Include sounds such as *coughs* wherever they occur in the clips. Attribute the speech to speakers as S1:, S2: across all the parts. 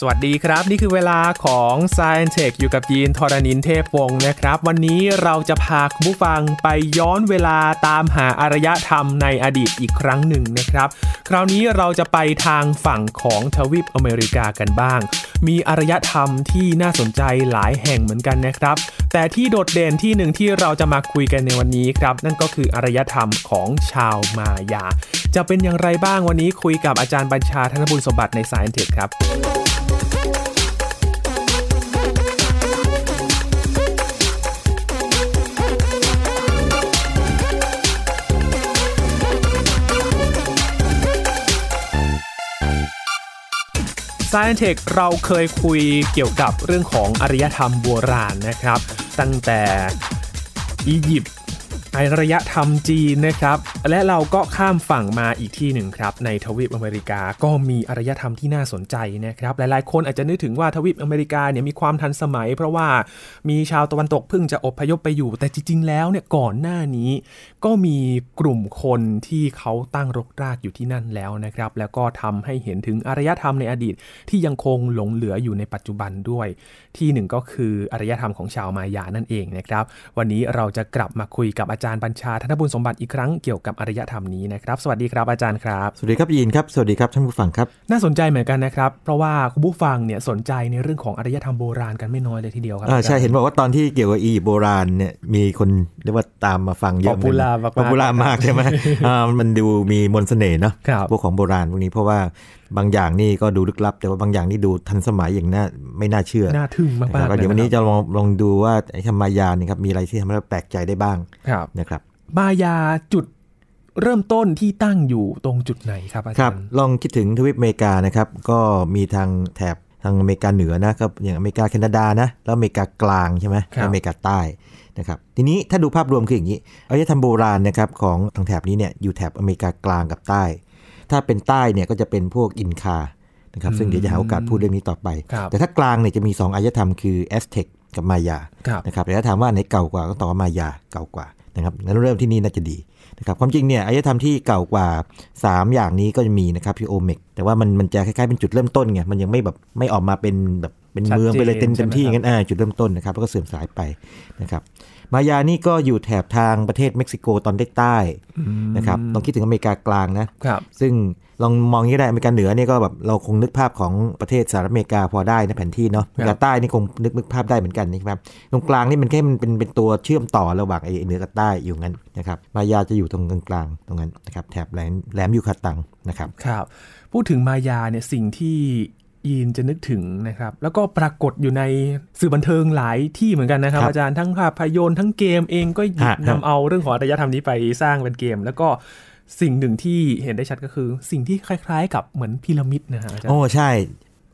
S1: สวัสดีครับ นี่คือเวลาของ s c i e n t e c h อยู่กับยีนทรณินเทพวงศ์นะครับ วันนี้เราจะพาคุณผู้ฟังไปย้อนเวลาตามหาอารยธรรมในอดีตอีกครั้งหนึ่งนะครับ คราวนี้เราจะไปทางฝั่งของทวีปอเมริกากันบ้าง มีอารยธรรมที่น่าสนใจหลายแห่งเหมือนกันนะครับ แต่ที่โดดเด่นที่หนึ่งที่เราจะมาคุยกันในวันนี้ครับ นั่นก็คืออารยธรรมของชาวมายา จะเป็นอย่างไรบ้างวันนี้คุยกับอาจารย์บัญชาธนบุญสมบัติในสายเทคครับ s c i e n t e c h เราเคยคุยเกี่ยวกับเรื่องของอารยธรรมโบราณนะครับ ตั้งแต่อียิปต์อารยธรรมจีนนะครับ และเราก็ข้ามฝั่งมาอีกที่หนึ่งครับ ในทวีปอเมริกาก็มีอารยธรรมที่น่าสนใจนะครับ หลายๆ คนอาจจะนึกถึงว่าทวีปอเมริกาเนี่ยมีความทันสมัย เพราะว่ามีชาวตะวันตกเพิ่งจะอพยพไปอยู่ แต่จริงๆ แล้วเนี่ยก่อนหน้านี้ ก็มีกลุ่มคนที่เขาตั้งรกรากอยู่ที่นั่นแล้วนะครับ แล้วก็ทำให้เห็นถึงอารยธรรมในอดีต ที่ยังคงหลงเหลืออยู่ในปัจจุบันด้วย ที่หนึ่งก็คืออารยธรรมของชาวมายานั่นเองนะครับ วันนี้เราจะกลับมาคุยกับอาจารย์บัญชาธนบุญสมบัติอีกครั้งเกี่ยวกับอารยธรรมนี้นะครับ สวัสดีครับอาจารย์ครับ
S2: สวัสดีครับยีนครับ สวัสดีครับท่านผู้ฟังครับ
S1: น่าสนใจเหมือนกันนะครับ เพราะว่าคุณผู้ฟังเนี่ยสนใจในเรื่องของอารยธรรมโบราณกันไม่น้อยเลยทีเดียวครั
S2: อ่าใช่
S1: อจรย์
S2: เห็นบอกว่าตอนที่เกี่ยวกับอียิปต์โบราณเนี่ยมีคนเรียกว่าตามมาฟังเยอะ
S1: Popular มากๆ
S2: ป๊อปปูล่ามากใช่ไหม อ่ามันดูมีมนต์เสน่ห์เนาะ
S1: ครับ
S2: พวกของโบราณพวกนี้เพราะว่าบางอย่างนี่ก็ดูลึกลับ แต่ว่าบางอย่างนี่ดูทันสมัยอย่างน่าไม่น่าเชื่อ
S1: น่าทึ่งมาก
S2: นะค
S1: ๆ
S2: รับแล้วเดี๋ยววันนี้
S1: ล
S2: จะลองลองดูว่าไอ้ธรรมายาเนี่ยครับมีอะไรที่ทำให้เราแปลกใจได้บ้าง
S1: ครับ
S2: นะครับ
S1: มายาจุดเริ่มต้นที่ตั้งอยู่ตรงจุดไหนครับอา
S2: ค
S1: จา
S2: รับ
S1: รย์
S2: ลองคิดถึงทวีปอเมริกานะครับก็มีทางแถบทางอเมริกาเหนือนะครับอย่างอเมริกาแคนาดานะแล้วอเมริกากลางใช่ไหม
S1: ครับ
S2: แล้วอเมริกาใต้นะครับทีนี้ถ้าดูภาพรวมคืออย่างนี้อารยธรรมโบราณนะครับของทางแถบนี้เนี่ยอยู่แถบอเมริกากลางกับใต้ ถ้าเป็นใต้เนี่ยก็จะเป็นพวกอินคานะครับซึ่งเดี๋ยวจะหาโอกาสพูดเรื่องนี้ต่อไป
S1: ครับ
S2: แต่ถ้ากลางเนี่ยจะมีสองอารยธรรมคือแอสเท็กกับมายา
S1: ครับ
S2: นะครับแต่ถ้าถามว่าไหนเก่ากว่าก็ตอบว่ามายาเก่ากว่านะครับงั้นเริ่มที่นี่น่าจะดีนะครับความจริงเนี่ยอารยธรรมที่เก่ากว่า 3 อย่างนี้ก็จะมีนะครับที่โอเมกแต่ว่ามันมันจะคล้ายๆเป็นจุดเริ่มต้นไงมันยังไม่แบบไม่ออกมาเป็นแบบเป็นเมือง
S1: ชัดเจน
S2: ไปเลยเต็ม
S1: ใช่
S2: เต็
S1: ไห
S2: ม
S1: ม
S2: ที่
S1: ครับ
S2: งั้นอ่าจุดเริ่มต้นนะครับแล้วก็เสื่อมสลายไปนะครับมายานี่ก็อยู่แถบทางประเทศเม็กซิโกตอนใต้
S1: อืม
S2: ๆนะครับลองคิดถึงอเมริกากลางนะ
S1: ครับ
S2: ซึ่งลองมองอย่างนี้ก็ได้อเมริกาเหนือเนี่ยก็แบบเราคงนึกภาพของประเทศสหรัฐอเมริกาพอได้นะแผนที่เนาะอเมริ
S1: ครั
S2: กา
S1: บ
S2: ใต้นี่คงนึกนึกภาพได้เหมือนกันนะครับตรงกลางนี่มันแค่มันเป็นเป็นตัวเชื่อมต่อระหว่างไอ้เหนือกับใต้อยู่งั้นนะครับมายาจะอยู่ตรงกลางๆตรงนั้นนะครับแถบแหลมแหลมยูคาตังนะครับ
S1: ครับ พูดถึงมายาเนี่ยสิ่งที่ยีนจะนึกถึงนะครับ แล้วก็ปรากฏอยู่ในสื่อบันเทิงหลายที่เหมือนกันนะครับ
S2: ครับ
S1: อาจารย์ทั้งภาพยนตร์ทั้งเกมเองก็หยิบ
S2: ฮะฮะ
S1: นำเอาเรื่องของอารยธรรมนี้ไปสร้างเป็นเกม แล้วก็สิ่งหนึ่งที่เห็นได้ชัดก็คือ สิ่งที่คล้าย ๆ กับเหมือนพีระมิดนะฮะอาจารย์
S2: โอ้ใช่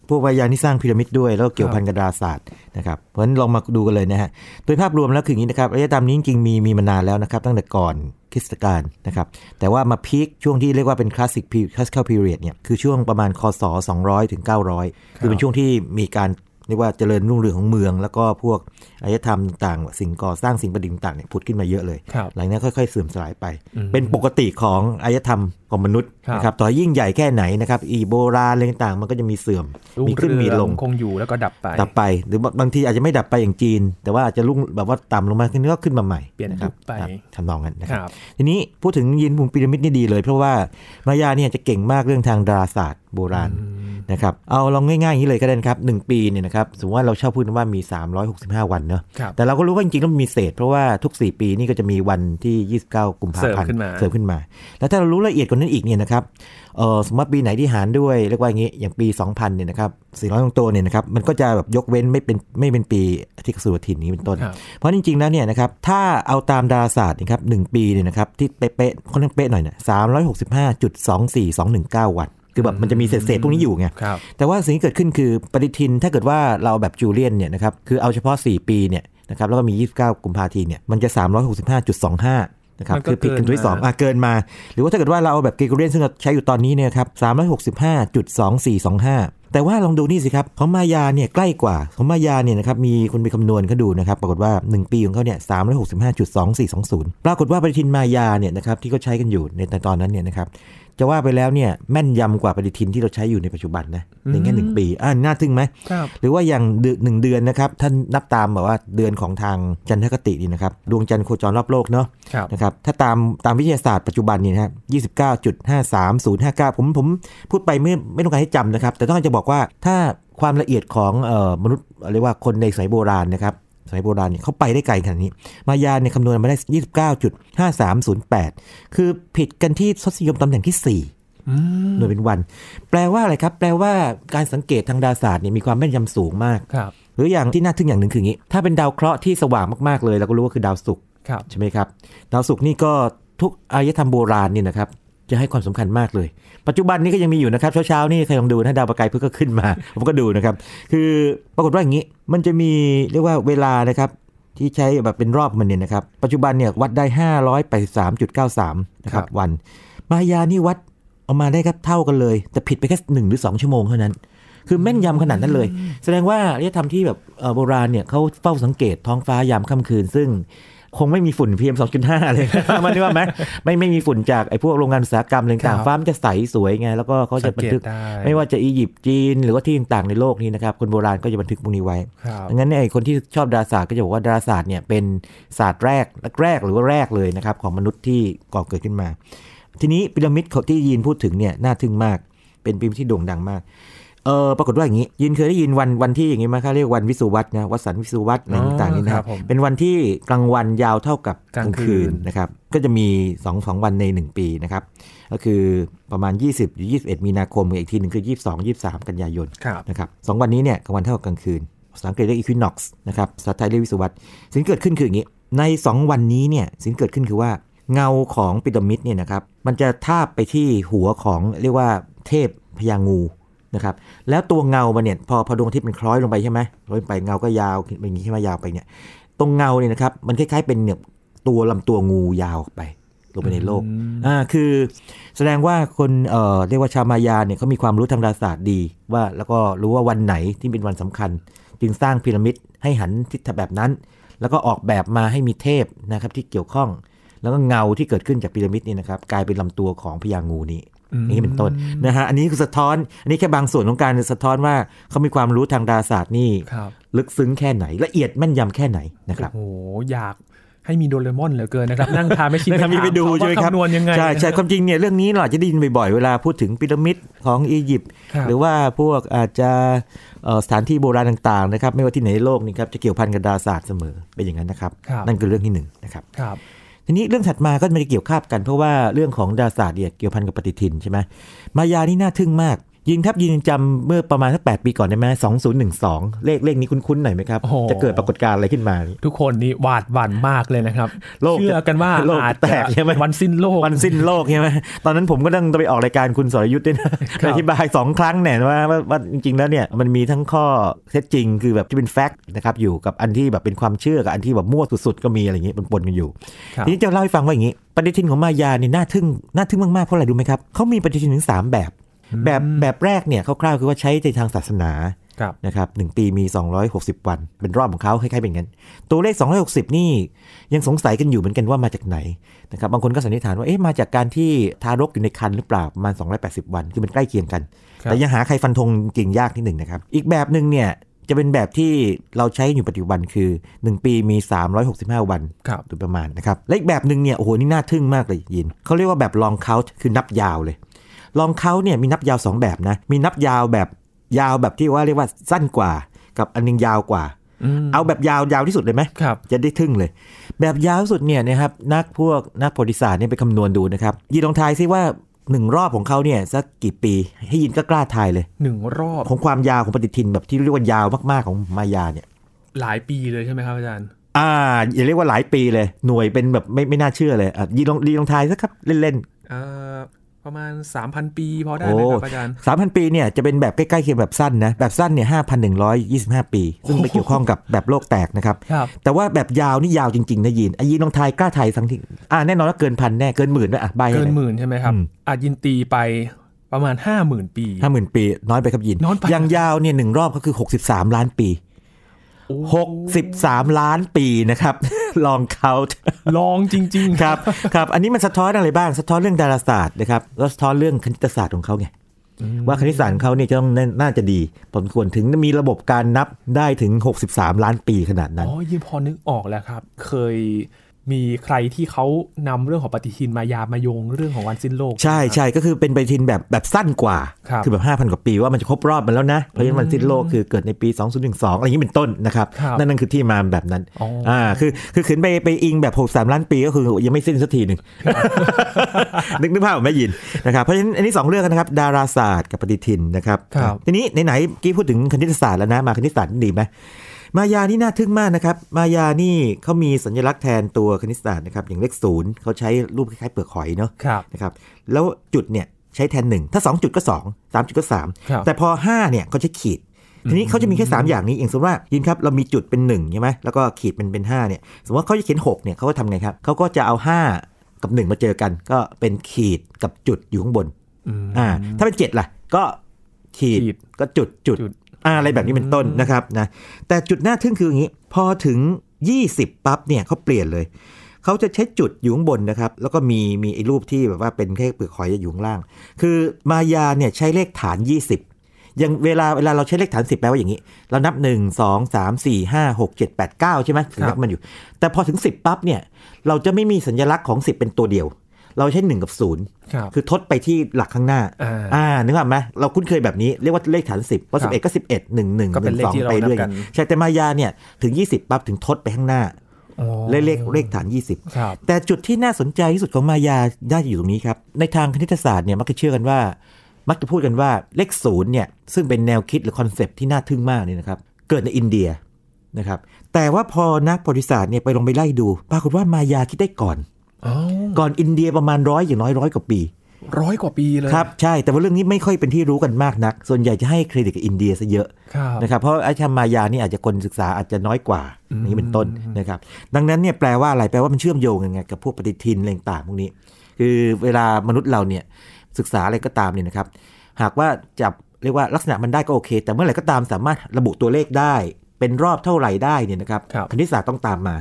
S2: พวกวายานี่สร้างพีระมิดด้วยแล้วก็เกี่ยวพันกับดาราศาสตร์นะครับ เพราะฉะนั้นลองมาดูกันเลยนะฮะ โดยภาพรวมแล้วคืออย่างนี้นะครับอารยธรรมนี้จริงๆมีมีมานานแล้วนะครับ ตั้งแต่ก่อนคริสตกาลนะครับ แต่ว่ามาพีคช่วงที่เรียกว่าเป็นคลาสสิกพีคลาสเข้าพีเรียดเนี่ยคือช่วงประมาณคศ 200 ถึง 900 คือเป็นช่วงที่มีการเรียกว่าเจริญรุ่งเรืองของเมือง แล้วก็พวกอารยธรรมต่างๆสิ่งก่อสร้างสิ่งประดิษฐ์ต่างๆเนี่ยผุดขึ้นมาเยอะเลย
S1: ครับ
S2: หลังจากนั้นค่อยๆเสื่อมสลายไป
S1: อืม
S2: เป็นปกติของอารยธรรมของมนุษย์
S1: ครับ
S2: นะครับ ต่อให้ยิ่งใหญ่แค่ไหนนะครับ อีโบราณอะไรต่างๆ มันก็จะมีเสื่อม
S1: รุ่
S2: มี
S1: ง
S2: ขึ้นมี
S1: เรื
S2: ล
S1: อง
S2: ง
S1: คงอยู่แล้วก็ดับไป
S2: ดับไป หรือบางบางทีอาจจะไม่ดับไปอย่างจีน แต่ว่าอาจจะรุ่งแบบว่าต่ำลงมาขึ้นก็ขึ้นมาใหม่
S1: เปลี่ยนะ
S2: รั
S1: ยุ
S2: บ
S1: คไป
S2: ครับทำนองนั้นนะ
S1: ค
S2: ครับ
S1: รับ
S2: ทีนี้พูดถึงยินภูมิพีระมิดนี่ดีเลย เพราะว่ามายาเนี่ยจะเก่งมากเรื่องทางดาราศาสตร์โบราณนะครับเอาลองง่ายๆอย่างนี้เลยก็ได้นะครับหนึ่งปีเนี่ยนะครับสมมติว่าเราชอบพูดว่ามี 365 วันเนอะ
S1: ครับ
S2: แต่เราก็รู้ว่าจริงๆแล้วมันมีเศษ เพราะว่าทุก 4 ปีนี่ก็จะมีวันที่ 29 กุมภาพัน
S1: เสริม
S2: ธ์
S1: ขึ้นมา
S2: เสริมขึ้นมา แล้วถ้าเรารู้ละเอียดกว่านั้นอีกเนี่ยนะครับเออสมมติว่าปีไหนที่หารด้วยเรียกว่าอย่างนี้อย่างปี 2000เนี่ยนะครับ400ตรงตัวเนี่ยนะครับมันก็จะแบบยกเว้นไม่เป็นไม่เป็นปีที่กสุรทินนี้เป็นต้น
S1: ครับ
S2: เพราะจริงๆ แล้วเนี่ยนะครับ ถ้าเอาตามดาราศาสตร์นะครับหนึ่งปีเนี่ยนะครับ ที่เป๊ะๆค่อนข้างเป๊ะหน่อยเนี่ยสามร้อยหกสิบห้าจุดสองสี่สองหนึ่งเก้าวัน คือแบบมันจะมีเศษๆพวกนี้อยู่ไง
S1: ครับ
S2: แต่ว่าสิ่งที่เกิดขึ้นคือปฏิทินถ้าเกิดว่าเราแบบจูเลียนเนี่ยนะครับ คือเอาเฉพาะ 4 ปีเนี่ยนะครับแล้วก็มี 29 กุมภาพันธ์ทีเนี่ยมันจะ 365.25 นะครับ
S1: มันก็
S2: คือผิดกันตัวที่
S1: เกิ
S2: สอน ง
S1: มา
S2: อ่ะเกินมา หรือว่าถ้าเกิดว่าเราเอาแบบเกรโกเรียนซึ่งเราใช้อยู่ตอนนี้เนี่ยครับ 365.2425 แต่ว่าลองดูนี่สิครับของมายาเนี่ยใกล้กว่าของมายาเนี่ยนะครับมีคนไปคำนวณเขาดูนะครับปรากฏว่า 1 ปีของเขาเนี่ย365.2420 ปรากฏว่าปฏิทินมายาเนี่ยนะครับที่เขาใช้กันอยู่ในตอนนั้นเนี่ยนะครับ จะว่าไปแล้วเนี่ยแม่นยำกว่าปฏิทินที่เราใช้อยู่ในปัจจุบันนะในแค่หนึ่ง
S1: อืม
S2: ปีอ่าน่าทึ่งไหม
S1: ครับ
S2: หรือว่าอย่างเดือนหนึ่งเดือนนะครับท่านนับตามแบบว่าเดือนของทางจันทรคตินี่นะครับดวงจันทร์โคจรรอบโลกเนาะ
S1: ครับ
S2: นะครับถ้าตามตามวิทยาศาสตร์ปัจจุบันนี่นะครับยี่สิบเก้าจุดห้าสามศูนย์ห้าเก้าผมผมพูดไปไม่ไม่ต้องการให้จำนะครับ แต่ต้องการจะบอกว่าถ้าความละเอียดของเอ่อมนุษย์เรียกว่าคนในสมัยโบราณนะครับสมัยโบราณเนี่ยเขาไปได้ไกลขนาดนี้ มายาเนี่ยคำนวณมาได้ 29.5308 คือผิดกันที่ทศนิยมตำแหน่งที่สี่
S1: อืม
S2: หน่วยเป็นวัน แปลว่าอะไรครับ แปลว่าการสังเกตทางดาราศาสตร์เนี่ยมีความแม่นยำสูงมาก
S1: ครับ
S2: หรืออย่างที่น่าทึ่งอย่างหนึ่งคืออย่างนี้ ถ้าเป็นดาวเคราะห์ที่สว่างมากๆเลยเราก็รู้ว่าคือดาวศุกร์
S1: ครับ
S2: ใช่ไหมครับ ดาวศุกร์นี่ก็ทุกอารยธรรมโบราณเนี่ยนะครับ จะให้ความสำคัญมากเลย ปัจจุบันนี้ก็ยังมีอยู่นะครับ เช้าๆนี่ใครลองดูนะดาวประกายเพื่อก็ขึ้นมา ผมก็ดูนะครับ คือปรากฏว่าอย่างนี้มันจะมีเรียกว่าเวลานะครับ ที่ใช้แบบเป็นรอบมันเนี่ยนะครับ ปัจจุบันเนี่ยวัดได้ 583.93นะค
S1: ค
S2: รั
S1: รับ บ
S2: วัน มายานี่วัดออกมาได้ครับเท่ากันเลย แต่ผิดไปแค่หนึ่งหรือ 2 ชั่วโมงเท่านั้น คือแม่นยำขนาดนั้นเลย แสดงว่าอารยธรรมที่แบบเอ่อโบราณเนี่ยเขาเฝ้าสังเกตท้องฟ้ายามค่ำคืน ซึ่งคงไม่มีฝุ่น PM 2.5 เลย *laughs* มันนี่ว่าไหมไม่ไม่มีฝุ่นจากไอ้พวกโรงงานอุตสาหกรรมอะไรต่า
S1: ครั
S2: ง
S1: บ
S2: ๆฟ้ามันจะใสสวยไงแล้วก็เขาจะบันทึก
S1: สังเตได้
S2: ไม่ว่าจะอียิปต์จีน หรือว่าที่ต่างๆในโลกนี้นะครับคนโบราณก็จะบันทึกพวกนี้ไว้
S1: ครับ
S2: ดังนั้นเนี่ยไอ้คนที่ชอบดาราศาสตร์ก็จะบอกว่าดาราศาสตร์เนี่ยเป็นศาสตร์แรกแรกๆหรือว่าแรกเลยนะครับของมนุษย์ที่ก่อเกิดขึ้นมา ทีนี้พีระมิดเขาที่ยีนพูดถึงเนี่ยน่าทึ่งมาก เป็นพีระมิดที่โด่งดังมากเออปรากฏว่าอย่างนี้ยีนเคยได้ยินวันวันที่อย่างนี้ไหมเขาเรียกวันวิสุวัตนะวัสันต์วิสุวัตอะไรต่างๆนี่นะครับ
S1: ผม
S2: เป็นวันที่กลางวันยาวเท่ากับ
S1: กลางคืน
S2: นะครับ ก็จะมี2องสองวันใน 1 ปีนะครับ ก็คือประมาณ 20หรือ21 มีนาคมกับอีกทีหนึ่งคือ 22 23 กันยายน
S1: ครับ
S2: นะครับสองวันนี้เนี่ยกลางวันเท่ากับกลางคืนภาษาอังกฤษเรียก equinox นะครับภาษาไทยเรียกวิสุวัตสิ่งที่เกิดขึ้นคืออย่างนี้ ใน 2 วันนี้เนี่ยสิ่งที่เกิดขึ้นคือว่าเงาของพีระมิดเนี่ยนะครับมันจะทาบไปที่หัวของเรียกว่าเทพพญางูนะครับแล้วตัวเงามันเนี่ยพอพอดวงอาทิตย์มันคล้อยลงไปใช่ไหมคล้อยลงไปเงาก็ยาวเป็นอย่างนี้ใช่ไหมยาวไปเนี่ย ตรงเงาเนี่ยนะครับมันคล้ายๆเป็นเนี่ยตัวลำตัวงูยาวออกไป ลงไปในโลก
S1: อืม
S2: อ่าคือแสดงว่าคนเอ่อเรียกว่าชาวมายาเนี่ยเขามีความรู้ทางดาราศาสตร์ดีว่าแล้วก็รู้ว่าวันไหนที่เป็นวันสำคัญ จึงสร้างพีระมิดให้หันทิศทางแบบนั้น แล้วก็ออกแบบมาให้มีเทพนะครับที่เกี่ยวข้อง แล้วก็เงาที่เกิดขึ้นจากพีระมิดนี่นะครับกลายเป็นลำตัวของพญางูนี้ อย่างนี้เป็นต้นนะฮะอันนี้คือสะท้อนอันนี้แค่บางส่วนของการสะท้อนว่าเขามีความรู้ทางดาราศาสตร์นี่
S1: ครับ
S2: ลึกซึ้งแค่ไหนละเอียดแม่นยำแค่ไหนนะครับ
S1: โอ้โหอยากให้มีโดเรมอนเหลือเกิน
S2: *laughs*
S1: นะครับ นั่งทานไม่ชิน
S2: นะครับมีไปดู
S1: ถา
S2: ใช่ไหม
S1: ว่า
S2: ครับ
S1: คำนวณยังไง
S2: ใช่ใช่
S1: นะ
S2: ค
S1: ครั
S2: วามจริงเนี่ยเรื่องนี้เราอาจจะได้ยินบ่อยๆเวลาพูดถึงพีระมิดของอียิปต์
S1: บ
S2: หรือว่าพวกอาจจะเอ่อสถานที่โบราณต่างๆนะครับไม่ว่าที่ไหนในโลกนี่ครับจะเกี่ยวพันกับดาราศาสตร์เสมอเป็นอย่างนั้นนะครับ
S1: ครับ
S2: นั่นคือเรื่องที่หนึ่งนะครับ
S1: ครับ
S2: ทีนี้เรื่องถัดมาก็ไม่ได้เกี่ยวข้าบกันเพราะว่าเรื่องของดาราศาสตร์เนี่ยเกี่ยวพันกับปฏิทินใช่ไหมมายานี่น่าทึ่งมาก ยิงทับยิงจำเมื่อประมาณสักแปดปีก่อนได้ไหมสองศูนย์หนึ่งสองเลขเลขนี้คุ้นๆหน่อยไหมครับ
S1: โอ้โห
S2: จะเกิดปรากฏการณ์อะไรขึ้นมานี่
S1: ทุกคนนี่หวาดหวั่นมากเลยนะครับ
S2: โลก
S1: เชื่อกันว่า
S2: โลก
S1: อาจ
S2: แต
S1: จะ
S2: กใช่ไหม
S1: วันสิ้นโลก
S2: วันสิ้นโลกใช่ไหม ตอนนั้นผมก็ต้องไปออกรายการคุณสรยุทธ์ด้วยนะ
S1: ครับ
S2: อธิบาย 2 ครั้งเนี่ยว่าว่าว่าจริงๆแล้วเนี่ยมันมีทั้งข้อเท็จจริงคือแบบที่เป็นแฟกต์นะครับอยู่กับอันที่แบบเป็นความเชื่อกับอันที่แบบมั่วสุดๆก็มีอะไรอย่างเงี้ยปนๆกันอยู่
S1: ครับ
S2: ทีนี้จะเล่าให้ฟังว่าอย่างนี้ปฏิทินของมายาเนี่ยน่าทึ่งน่าทึ่งมากๆเพราะอะไรรู้ไหมครับเขามีปฏิทินถึงสามแบบ แบบแบบแรกเนี่ยคร่าวๆคือว่าใช้ในทางศาสนา
S1: ครับ
S2: นะครับหนึ่งปีมี 260 วัน เป็นรอบของเขาคล้ายๆเป็นงั้น ตัวเลข 260 นี่ยังสงสัยกันอยู่เหมือนกันว่ามาจากไหนนะครับบางคนก็สันนิษฐานว่าเอ๊ะมาจากการที่ทารกอยู่ในครรภ์หรือเปล่าประมาณ280 วัน คือมันใกล้เคียงกัน
S1: ครับ
S2: แต่ยังหาใครฟันธงจริงยากที่หนึ่งนะครับ อีกแบบหนึ่งเนี่ยจะเป็นแบบที่เราใช้อยู่ปัจจุบันคือ 1 ปีมี 365 วัน
S1: ครับ
S2: โดยประมาณนะครับและอีกแบบหนึ่งเนี่ยโอ้โหนี่น่าทึ่งมากเลยยินเขาเรียกว่าแบบ long count คือนับยาวเลย ลองเขาเนี่ยมีนับยาว 2 แบบนะ มีนับยาวแบบยาวแบบที่ว่าเรียกว่าสั้นกว่า กับอันหนึงยาวกว่า
S1: อืม
S2: เอาแบบยาวยาวที่สุดเลยไหม
S1: ครับ
S2: จะได้ทึ่งเลย แบบยาวที่สุดเนี่ยนะครับนักพวกนักประวัติศาสตร์เนี่ยไปคำนวณดูนะครับยีนลองทายซิว่าหนึ่งรอบของเขาเนี่ยสักกี่ปี ให้ยินก็กล้าทายเลย
S1: หนึ่งรอบ
S2: ของความยาวของปฏิทินแบบที่เรียกว่ายาวมากๆของมายาเนี่ย
S1: หลายปีเลยใช่ไหมครับอาจารย์
S2: อ่าอย่าเรียกว่าหลายปีเลย หน่วยเป็นแบบไม่ไม่น่าเชื่อเลยอ่ะยีนลองยีนลองทายสักครับเล่นๆ
S1: เอ่อประมาณ 3,000 ปีพอได้ไหมครับอาจารย์
S2: สามพันปีเนี่ยจะเป็นแบบใกล้ๆเคียงแบบสั้นนะ แบบสั้นเนี่ยห้าพันหนึ่งร้อยยี่สิบห้าปี ซึ่งไปเกี่ยวข้องกับ *coughs* แบบโลกแตกนะครับ
S1: ครับ
S2: แต่ว่าแบบยาวนี่ยาวจริง ๆ นะยีนไอ้ยีนลองทายกล้าทายสังทีอ่าแน่นอนว่าเกินพันแน่ เกินหมื่นด้วยอ่ะใบ
S1: เกินห
S2: ให้หน่อย
S1: มื่นใช่ไหมครับ
S2: อืม
S1: อาจยินตีไปประมาณ 50,000 ปี
S2: ห้าหมื่นปีน้อยไปครับยีน
S1: น้อยไป
S2: อย่างยาวเนี่ยหนึ่งรอบก็คือหกสิบสามล้านปี
S1: โอ้
S2: หกสิบสามล้านปีนะครับ *laughs* ลองเขา
S1: ลองจริง ๆ
S2: ครับ *laughs* ครับ อันนี้มันสะท้อนอะไรบ้าง สะท้อนเรื่องดาราศาสตร์นะครับแล้วสะท้อนเรื่องคณิตศาสตร์ของเขาไง ว่าคณิตศาสตร์ของเขาเนี่ยจะต้องน่าน่าจะดีผลควรถึงมีระบบการนับได้ถึง 63 ล้านปีขนาดนั้น
S1: อ๋อยิ่งพอนึกออกแล้วครับ เคยมีใครที่เขานำเรื่องของปฏิทินมายามาโยงเรื่องของวันสิ้นโลก
S2: ใช่ใช่ก็คือเป็นปฏิทินแบบแบบสั้นกว่า
S1: ครับ
S2: อแบบ 5,000 กว่าปีว่ามันจะครบรอบมันแล้วนะ เพราะฉะนั้นวันสิ้นโลกคือเกิดในปี 2012 อะไรอย่างนี้เป็นต้นนะครับ
S1: ครับ
S2: นั่นนั่นคือที่มาแบบนั้น
S1: อ๋ออ่
S2: ่าคือคือขืนไปไปอิงแบบ 63 ล้านปีก็คือยังไม่สิ้นสักทีหนึ่ง นึกนึกภาพออกไหม่ยินนะครับเพราะฉะนั้นอันนี้สองเรื่องนะครับดาราศาสตร์กับปฏิทินนะครับ
S1: ครับ
S2: ทีนี้ไหนๆกี้พูดถึงคณิตศาสตร์แล้วนะมาคณิตศาสตร์นิดหนึ่งไหมมายานี่น่าทึ่งมากนะครับ มายานี่เขามีสัญลักษณ์แทนตัวคณิตศาสตร์นะครับอย่างเลขศูนย์เขาใช้รูปคล้ายๆเปลือกหอยเนาะ
S1: ครับ
S2: นะครับแล้วจุดเนี่ยใช้แทน 1 ถ้า 2 จุดก็ 2 3 จุดก็
S1: ครับ
S2: 3 แต่พอ 5 เนี่ยเขาใช้ขีด ทีนี้เขาจะมีแค่ 3 อย่างนี้เองสมมติว่ายินครับเรามีจุดเป็น1ใช่ไหมแล้วก็ขีดเป็นเป็น5เนี่ยสมมติว่าเขาจะเขียน6เนี่ยเขาก็ทำไงครับเขาก็จะเอา 5 กับ 1 มาเจอกัน ก็เป็นขีดกับจุดอยู่ข้างบน
S1: อืม
S2: อ่าถ้าเป็น 7 ล่ะ ก็ขีด
S1: ขีด
S2: ก็จุดจุด
S1: จุด
S2: อาอะไรแบบนี้เป็นต้นนะครับนะแต่จุดน่าทึ่งคืออย่างนี้ พอถึง 20 ปั๊บเนี่ยเขาเปลี่ยนเลย เขาจะใช้จุดอยู่ข้างบนนะครับ แล้วก็มีมีไอ้รูปที่แบบว่าเป็นแค่เปลือกหอยอยู่ข้างล่าง คือมายาเนี่ยใช้เลขฐาน 20 อย่างเวลาเวลาเราใช้เลขฐาน 10 แปลว่าอย่างนี้ เรานับ 1 2 3 4 5 6 7 8 9 ใช่ไหมถึงนับมันอยู่ แต่พอถึง 10 ปั๊บเนี่ย เราจะไม่มีสัญลักษณ์ของ 10 เป็นตัวเดียว เราใช้ 1 กับ 0
S1: ครับ
S2: คือทดไปที่หลักข้างหน้า
S1: อ่า
S2: อ่า นึกออกไหมเราคุ้นเคยแบบนี้ เรียกว่าเลขฐาน 10เพราะ
S1: ครับ
S2: 11 ก็ 11 1 1
S1: ก็เป็นเลข
S2: 1
S1: ที่
S2: 2
S1: เรา
S2: ไปเรื่อย
S1: นับกัน
S2: ใช่แต่มายาเนี่ยถึง 20 ปั๊บถึงทดไปข้างหน้า
S1: อ๋อ
S2: เลขเลขเลขฐาน 20
S1: ครับ
S2: แต่จุดที่น่าสนใจที่สุดของมายาน่าจะอยู่ตรงนี้ครับ ในทางคณิตศาสตร์เนี่ยมักจะเชื่อกันว่า มักจะพูดกันว่าเลขศูนย์เนี่ยซึ่งเป็นแนวคิดหรือคอนเซปต์ที่น่าทึ่งมากเนี่ยนะครับ เกิดในอินเดียนะครับ แต่ว่าพอนักประวัติศาสตร์เนี่ยไปลงไปไล่ดู ปรากฏว่ามายาคิดได้ก่อน ก่อนอินเดียประมาณร้อยอย่างน้อยร้อยกว่าปี
S1: ร้อยกว่าปีเลย
S2: ครับ ใช่ แต่ว่าเรื่องนี้ไม่ค่อยเป็นที่รู้กันมากนัก ส่วนใหญ่จะให้เครดิตกับอินเดียซะเยอะ
S1: ครับ
S2: นะครับเพราะไอ้ธรรมายานี่อาจจะคนศึกษาอาจจะน้อยกว่าอย่างนี้เป็นต้นนะครับดังนั้นเนี่ยแปลว่าอะไรแปลว่ามันเชื่อมโยงยังไงกับพวกปฏิทินอะไรต่างๆพวกนี้ คือเวลามนุษย์เราเนี่ยศึกษาอะไรก็ตามเนี่ยนะครับ หากว่าจับเรียกว่าลักษณะมันได้ก็โอเค แต่เมื่อไหร่ก็ตามสามารถระบุตัวเลขได้ เป็นรอบเท่าไหร่ได้เนี่ยนะครับ
S1: ครับ
S2: คณิตศาสตร์ต้องตามมา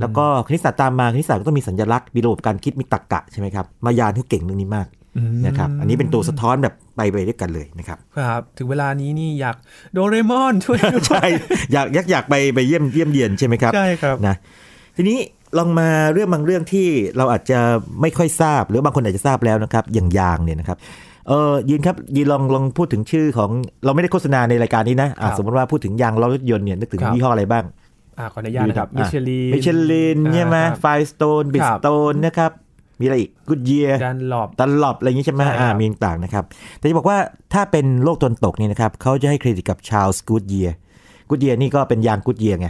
S2: แล้วก็คณิตศาสตร์ตามมาคณิตศาสตร์ก็ต้องมีสัญลักษณ์มีระบบการคิดมีตรรกะใช่ไหมครับมายานเขาเก่งเรื่องนี้มาก
S1: อืม
S2: นะครับอันนี้เป็นตัวสะท้อนแบบไปไปด้วยกันเลยนะครับ
S1: ครับ ถึงเวลานี้นี่อยากโดเรมอนช่วยด้วย
S2: ใช่ *laughs* อยากอยากอยากไปไปเยี่ยมเยี่ยมเยียนใช่ไหมครับ
S1: ใช่ครับ
S2: นะทีนี้ลองมาเรื่องบางเรื่องที่เราอาจจะไม่ค่อยทราบ หรือบางคนอาจจะทราบแล้วนะครับ อย่างยางเนี่ยนะครับเออยินครับยินลองลองพูดถึงชื่อของเราไม่ได้โฆษณาในรายการนี้นะอ่ะ
S1: ครับ
S2: สมมติว่าพูดถึงยางล้อรถยนต์เนี่ยนึกถึง
S1: ครับ
S2: ยี่ห้ออะไรบ้าง
S1: อ่าขออนุญาตนะครับมิเชลีน
S2: มิชลินใช่ไหมไฟสโตนบิ
S1: ค
S2: ส
S1: รับ
S2: โตนนะครับมีอะไรอีกกูดเยีย
S1: ดันหลอบ
S2: ตลอบอะไรอย่างนี้ใช่ไหม
S1: ใช่ครับ
S2: อ่ามีต่างๆนะครับ แต่จะบอกว่าถ้าเป็นโลกตะวันตกนี่นะครับเขาจะให้เครดิตกับชาลส์กูดเยียกูดเยียนี่ก็เป็นยางกูดเยียไง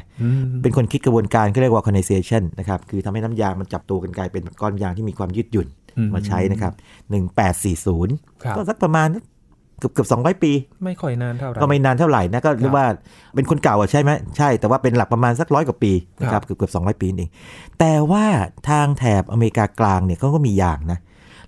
S2: เป็นคนคิดกระบวนการก็เรียกว่า condensation นะครับ คือทำให้น้ำยางมันจับตัวกันกลายเป็นก้อนยางที่มีความยืดหยุ่น
S1: อืม
S2: มาใช้นะครับ
S1: ครับ
S2: 1840 ก็สักประมาณเกือบเกือบ200 ปี
S1: ไม่ค่อยนานเท่าไหร่
S2: ก็ไม่นานเท่าไหร่นะก็เรียกว่าเป็นคนเก่าอะใช่ไหมใช่แต่ว่าเป็นหลักประมาณสักร้อยกว่าปีนะค
S1: ครั
S2: รับบ เกือบเกือบสองปีนั่นเอง แต่ว่าทางแถบอเมริกากลางเนี่ยเขาก็มีอย่างนะ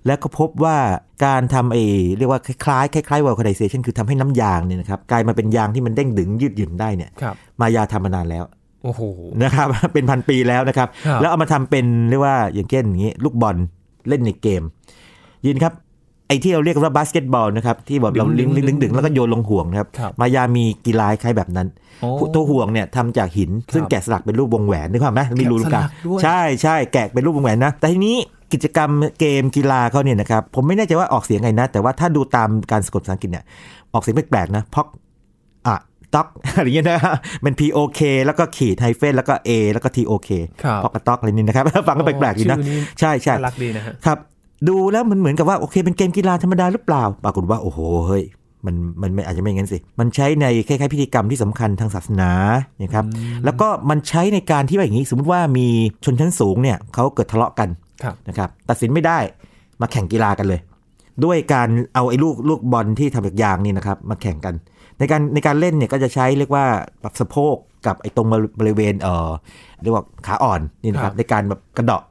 S2: แล้วก็พบว่าการทำเอเรียกว่าคล้ายๆคล้ายๆ vulcanization คือทำให้น้ำยางเนี่ยนะครับกลายมาเป็นยางที่มันเด้งดึงยืดหยุ่นได้เนี่ย
S1: ครับ
S2: มายาทำมานานแล้ว
S1: โอ้โห
S2: *laughs* นะครับ เป็นพันปีแล้วนะครับ
S1: ครับ
S2: แล้วเอามาทำเป็นเรียกว่าอย่างเช่นอย่างนี้ลูกบอลเล่นในเกม ยินครับไอ้ที่เราเรียกว่าบาสเกตบอลนะครับที่แบบเราลิงลิงดึงๆแล้วก็โยนลงห่วงนะครับ
S1: ครับ
S2: มายามีกีฬาคล้ายแบบนั้น
S1: โอ้
S2: ตัวห่วงเนี่ยทำจากหิน ซึ่งแกะสลักเป็นรูปวงแหวนนึกภาพไหมมีรูลูก
S1: แกะส
S2: กา
S1: ลักด้วย
S2: ใช่ใช่แกะเป็นรูปวงแหวนนะ แต่ทีนี้กิจกรรมเกมกีฬาเขาเนี่ยนะครับ ผมไม่แน่ใจว่าออกเสียงไงนะ แต่ว่าถ้าดูตามการสะกดภาษาอังกฤษเนี่ยออกเสียงแปลกๆนะพอกอะต็อก *laughs* อะไรอย่างเงี้ยนะมัน P O K แล้วก็ขีดไฮเฟนแล้วก็ A แล้วก็ T O K
S1: ครับ
S2: พอกกับต็อกอะไรนี่นะครับ *laughs* ฟังก็แปลกๆดีนะ
S1: ชื่อ
S2: ใช่ใช่
S1: น่ารักดีนะฮะ
S2: ครับดูแล้วมันเหมือนกับว่าโอเคเป็นเกมกีฬาธรรมดาหรือเปล่า ปรากฏว่าโอ้โหเฮ้ยมันมันมันอาจจะไม่อย่างนั้นสิ มันใช้ในคล้ายๆพิธีกรรมที่สำคัญทางศาสนานะครับแล้วก็มันใช้ในการที่ว่าอย่างนี้ สมมติว่ามีชนชั้นสูงเนี่ยเขาเกิดทะเลาะกัน
S1: ครับ
S2: นะครับตัดสินไม่ได้มาแข่งกีฬากันเลย ด้วยการเอาไอ้ลูกลูกบอลที่ทำจากยางนี่นะครับมาแข่งกัน ในการในการเล่นเนี่ยก็จะใช้เรียกว่าแบบสะโพกกับไอ้ตรงบริเวณเอ่อเรียกว่าขาอ่อนนี่นะค
S1: ครั
S2: รับบ ในการแบบกระเดาะ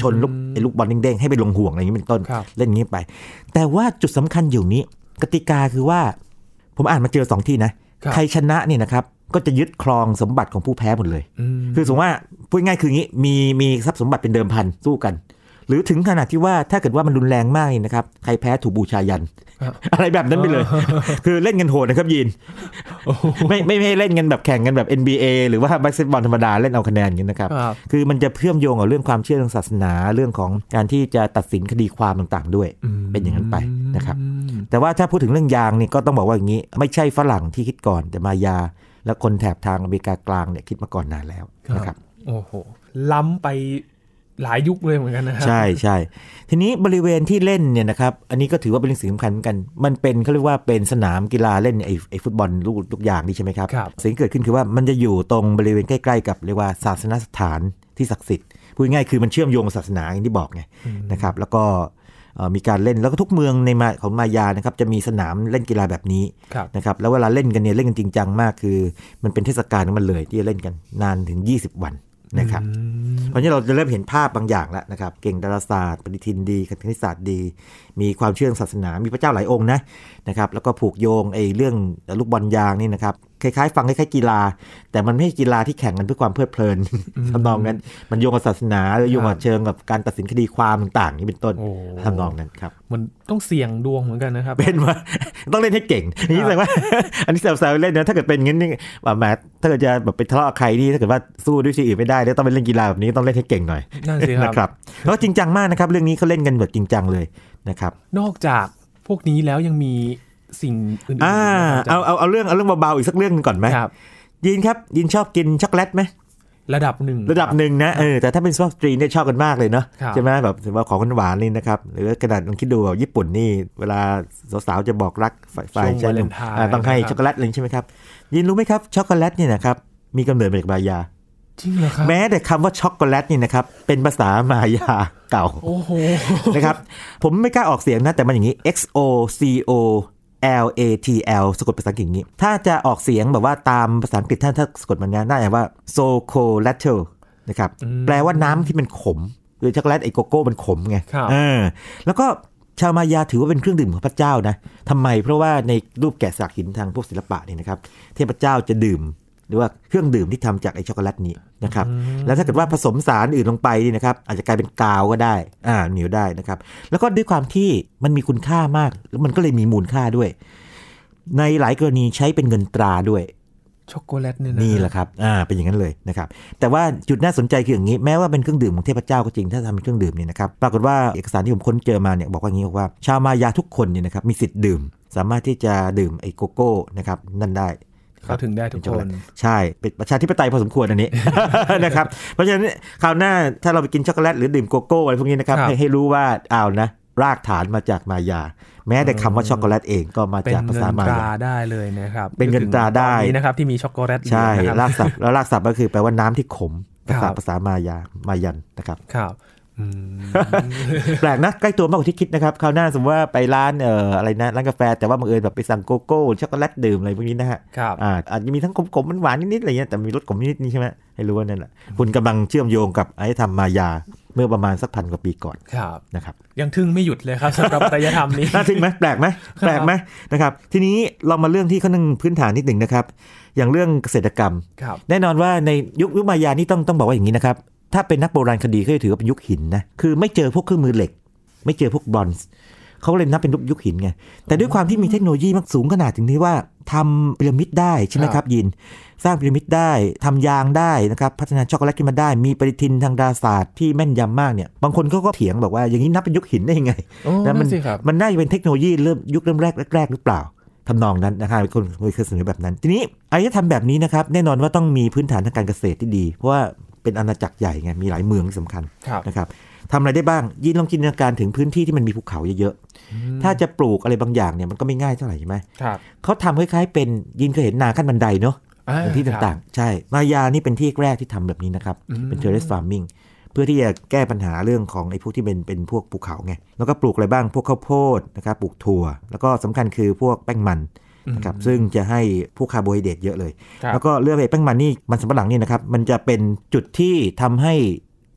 S2: ชนลูกไอ้ลูกบอลเด้งๆให้ไปลงห่วงอะไรอย่างนี้เป็นต้น
S1: ครับ
S2: เล่นอย่างนี้ไป แต่ว่าจุดสำคัญอยู่นี้ กติกาคือว่า ผมอ่านมาเจอสองที่นะ
S1: ครับ
S2: ใครชนะเนี่ยนะครับ ก็จะยึดครองสมบัติของผู้แพ้หมดเลย
S1: อืม
S2: คือสมมติว่าพูดง่ายๆคืออย่างนี้มีมีทรัพย์สมบัติเป็นเดิมพันสู้กัน หรือถึงขนาดที่ว่าถ้าเกิดว่ามันรุนแรงมากนี่นะครับใครแพ้ถูกบูชายัน *laughs* อะไรแบบนั้นไป
S1: *laughs*
S2: เลย คือเล่นกันโหดนะครับยีน
S1: โอ้โห
S2: ไม่ไม่ไม่ให้เล่นกันแบบแข่งกันแบบ NBA หรือว่าบาสเกตบอลธรรมดาเล่นเอาคะแนนอย่างนี้นะครับ
S1: ครับ
S2: คือมันจะเชื่อมโยงกับเรื่องความเชื่อทางศาสนาเรื่องของการที่จะตัดสินคดีความต่างๆ ด้วย
S1: ม
S2: เป็นอย่างนั้นไปนะครับ
S1: อืม
S2: แต่ว่าถ้าพูดถึงเรื่องยางนี่ก็ต้องบอกว่าอย่างนี้ ไม่ใช่ฝรั่งที่คิดก่อนแต่มายา และคนแถบทางอเมริกากลางเนี่ยคิดมาก่อนนานแล้วนะครับ
S1: โอ้โหล้ำไปหลายยุคเลยเหมือนกันนะฮะ
S2: ใช่ใช่ ทีนี้บริเวณที่เล่นเนี่ยนะครับ อันนี้ก็ถือว่าเป็นเรื่องสำคัญเหมือนกัน มันเป็นเขาเรียกว่าเป็นสนามกีฬาเล่นไอ้ไอ้ฟุตบอลลูกลูกยางนี่ใช่ไหมครับ
S1: ครับ
S2: สิ่งที่เกิดขึ้นคือว่ามันจะอยู่ตรงบริเวณใกล้ๆกับเรียกว่าศาสนสถานที่ศักดิ์สิทธิ์พูดง่ายๆคือมันเชื่อมโยงกับศาสนาอย่างที่บอกไง
S1: อืม
S2: นะครับแล้วก็เอ่อมีการเล่นแล้วก็ทุกเมืองในมาของมายานะครับจะมีสนามเล่นกีฬาแบบนี้
S1: ครับ
S2: นะครับแล้วเวลาเล่นกันเนี่ยเล่นกันจริงจังมากคือ มันเป็นเทศกาลของมันเลยที่จะเล่นกันนานถึง 20 วันนะครับ
S1: อืม
S2: ตอนนี้เราจะเริ่มเห็นภาพบางอย่างแล้วนะครับ เก่งดาราศาสตร์ ปฏิทินดีคณิตศาสตร์ดี มีความเชื่อทางศาสนา มีพระเจ้าหลายองค์นะนะครับ แล้วก็ผูกโยงไอ้เรื่องลูกบอลยางนี่นะครับ คล้ายๆ ฟังคล้ายๆกีฬา แต่มันไม่ใช่กีฬาที่แข่งกันเพื่อความเพลิดเพลิน *laughs* ทำนองนั้น มันโยงกับศาสนาหรือโยงกับเชิงกับการตัดสินคดีความต่างๆนี่เป็นต้น
S1: โอ้
S2: ทำนองนั้นครับ *laughs*
S1: มันต้องเสี่ยงดวงเหมือนกันนะครับ
S2: เป็นว่า ต้องเล่นให้เก่งนี่แสดงว่า *laughs* อันนี้แซวๆเล่นนะถ้าเกิดเป็นงั้นนี่แบบแหมถ้าเกิดจะแบบไปทะเลาะกับใครนี่ถ้าเกิดว่าสู้ด้วยชีวิตไม่ได้เนี่ยต้องไปเล่นกีฬาแบบนี้ต้องเล่นให้เก่งหน่อย
S1: นั่นสิครับ
S2: นะครับแล้วจริงจังมากนะครับ เรื่องนี้เขาเล่นกันแบบจริงจังเลยนะครับ
S1: นอกจากพวกนี้แล้วยังมีสิ่งอื่นๆ
S2: อ่า
S1: นะครับ
S2: เอาเอาเอาเรื่องเอาเรื่องเบาๆอีกสักเรื่องหนึงก่อนไหม
S1: ครับ
S2: ยินครับยินชอบกินช็อกโกแลตไหม
S1: ระดับหนึ่ง
S2: ระดับหนึ่งนะเออแต่ถ้าเป็นสปอตรีเนี่ยชอบกันมากเลยเนาะ
S1: ครับ
S2: ใช่ไหมแบบถือว่าของหวานๆนี่นะครับหรือว่ากระดาษลองคิดดูแบบญี่ปุ่นนี่ เวลาสาวๆจะบอกรักฝ่าย
S1: ช่
S2: ฝ่ายวชาว
S1: งาย
S2: ห
S1: เล
S2: นุ่ม
S1: นไทน์
S2: อ่าต้องให้
S1: นะครับ
S2: ช็อกโกแลตเลยใช่ไหมครับยินรู้ไหมครับช็อกโกแลตเนี่ยนะครับมีกำเนิดมาจากมายา
S1: จริงเหรอครับ
S2: แม้แต่คำว่าช็อกโกแลตนี่นะครับเป็นภาษามายาเก่า
S1: โอ้โห
S2: *laughs* นะครับ ผมไม่กล้าออกเสียงนะ แต่มันอย่างนี้ X O C O L A T L สะกดภาษาอังกฤษอย่างนี้ ถ้าจะออกเสียงแบบว่าตามภาษาอังกฤษท่านถ้าสะกดมันเนี้ยน่าจะว่า so c o l a t e r นะครับ
S1: อืม
S2: แปลว่าน้ำที่มันขม คือช็อกโกแลตไอโกโก้มันขมไง
S1: ครับ
S2: เออแล้วก็ชาวมายาถือว่าเป็นเครื่องดื่มของพระเจ้านะทำไมเพราะว่าในรูปแกะสลักหินทางพวกศิลปะเนี่ยนะครับ เทพเจ้าจะดื่ม หรือว่าเครื่องดื่มที่ทำจากไอช็อกโกแลตนี้นะครับ แล้วถ้าเกิดว่าผสมสารอื่นลงไปนี่นะครับอาจจะกลายเป็นกาวก็ได้ อ่าเหนียวได้นะครับ แล้วก็ด้วยความที่มันมีคุณค่ามาก แล้วมันก็เลยมีมูลค่าด้วย ในหลายกรณีใช้เป็นเงินตราด้วย
S1: ช็อกโกแลตเนี่ยนะ
S2: นี่แหละครับอ่าเป็นอย่างนั้นเลยนะครับแต่ว่าจุดน่าสนใจคืออย่างนี้แม้ว่าเป็นเครื่องดื่มของเทพเจ้าก็จริงถ้าทำเป็นเครื่องดื่มเนี่ยนะครับปรากฏว่าเอกสารที่ผมค้นเจอมาเนี่ยบอกว่าอย่างนี้บอกว่า ชาวมายาทุกคนเนี่ยนะครับมีสิทธิ์ดื่ม สามารถที่จะดื่มไอโกโก้นะครับนั่นได้
S1: เข้าถึงได้ทุก
S2: เป็นช็อก
S1: ค
S2: โกแล
S1: น
S2: ต ใช่เป็นประชาธิปไตยพอสมควรอันนี้ *laughs* นะครับเพราะฉะนั้นคราวหน้าถ้าเราไปกินช็อกโกแลตหรือดื่มโกโก้อะไรพวกนี้นะครับ
S1: ครับ
S2: ให้ให้รู้ว่าอ้าวนะ รากฐานมาจากมายา แม้แต่คำว่าช็อกโกแลตเองก็มา
S1: เป็น
S2: จากภา
S1: เงิ
S2: ษานมา
S1: ต
S2: ยา
S1: ราได้เลยนะครับ
S2: เป็นเงินตราได้
S1: นึกถึงตอนนี้นะครับที่มีช็อกโกแลตเหลือ
S2: ใช่
S1: นะครับ
S2: รากศั
S1: *laughs*
S2: พท์แล้วรากศัพท์ก็คือแปลว่าน้ำที่ขมภา
S1: ครั
S2: ษา
S1: บ
S2: ภาษามายามายันนะครับ
S1: ครับอืม
S2: แปลกนะใกล้ตัวมากกว่าที่คิดนะครับคราวหน้าสมมติว่าไปร้านเอ่ออะไรนะร้านกาแฟแต่ว่าบังเอิญแบบไปสั่งโกโก้ช็อกโกแลตดื่มอะไรพวกนี้นะฮะ
S1: ครับ
S2: อ่าอาจจะมีทั้งขมๆหวานๆนิดๆอะไรเงี้ยแต่มีรสขมนิดๆนี่ใช่ไหมให้รู้ว่านั่นแหละคุณกำลังเชื่อมโยงกับอารยธรรมมายาเมื่อประมาณสักพันกว่าปีก่อน
S1: ครับ
S2: นะครับ
S1: ยังทึ่งไม่หยุดเลยครับสำหรับอารยธรรม
S2: *laughs*
S1: นี้
S2: น่าทึ่งไหมแปลกไหมแปลกไหมนะครับทีนี้เรามาเรื่องที่ค่อนข้างพื้นฐานนิดหนึ่งนะครับ อย่างเรื่องเกษตรกรรม
S1: ครับ
S2: แน่นอนว่าในยุคยุคมายานี่ต้องต้องบอกว่าอย่างนี้นะครับ ถ้าเป็นนักโบราณคดีก็จะถือว่าเป็นยุคหินนะ คือไม่เจอพวกเครื่องมือเหล็ก ไม่เจอพวกบรอนซ์เขาเลยนับเป็นยุคยุคหินไง แต่ด้วยความที่มีเทคโนโลยีมากสูงขนาดถึงที่ว่าทำพีระมิดได้ใช่ไหม
S1: ค
S2: ค
S1: รั
S2: รับ บยิน สร้างพีระมิดได้ทำยางได้นะครับ พัฒนาช็อกโกแลตขึ้นมาได้ มีปฏิทินทางดาราศาสตร์ที่แม่นยำมากเนี่ย บางคนเขาก็เถียงบอกว่าอย่างนี้นับเป็นยุคหินได้ยังไง
S1: โอ้
S2: นะ
S1: นั่
S2: มัน
S1: นสิครับ
S2: มันน่าจะเป็นเทคโนโลยีเริ่มยุคเริ่มแรกแรกๆหรือเปล่าทำนองนั้นนะครับคนเคยเสนอแบบนั้น ทีนี้อารยธรรมแบบนี้นะครับแน่นอนว่าต้องมีพื้นฐานทางการเกษตรที่ดี เพราะว่าเป็นอาณาจักรใหญ่ไงมีหลายเมืองที่สำคัญ
S1: ครับ
S2: นะครับทำอะไรได้บ้างยินลองจินตนาการถึงพื้นที่ที่มันมีภูเขาเยอะๆถ้าจะปลูกอะไรบางอย่างเนี่ยมันก็ไม่ง่ายเท่าไหร่ใช่ไหม
S1: ครับ
S2: เขาทำคล้ายๆเป็นยินเคยเห็นนาขั้นบันไดเนาะ ในที่ต่างๆ ใช่ มายานี่เป็นที่แรกที่ทำแบบนี้นะครับ เป็น terrace farming เพื่อที่จะแก้ปัญหาเรื่องของไอ้พวกที่เป็นเป็นพวกภูเขาไง แล้วก็ปลูกอะไรบ้าง พวกข้าวโพดนะครับ ปลูกถั่ว แล้วก็สำคัญคือพวกแป้งมันนะครับ ซึ่งจะให้พวกคาร์โบไฮเดรตเยอะเลย
S1: ครับ
S2: แล้วก็เรื่องไอ้แป้งมันนี่มันสำปะหลังนี่นะครับ มันจะเป็นจุดที่ทำให้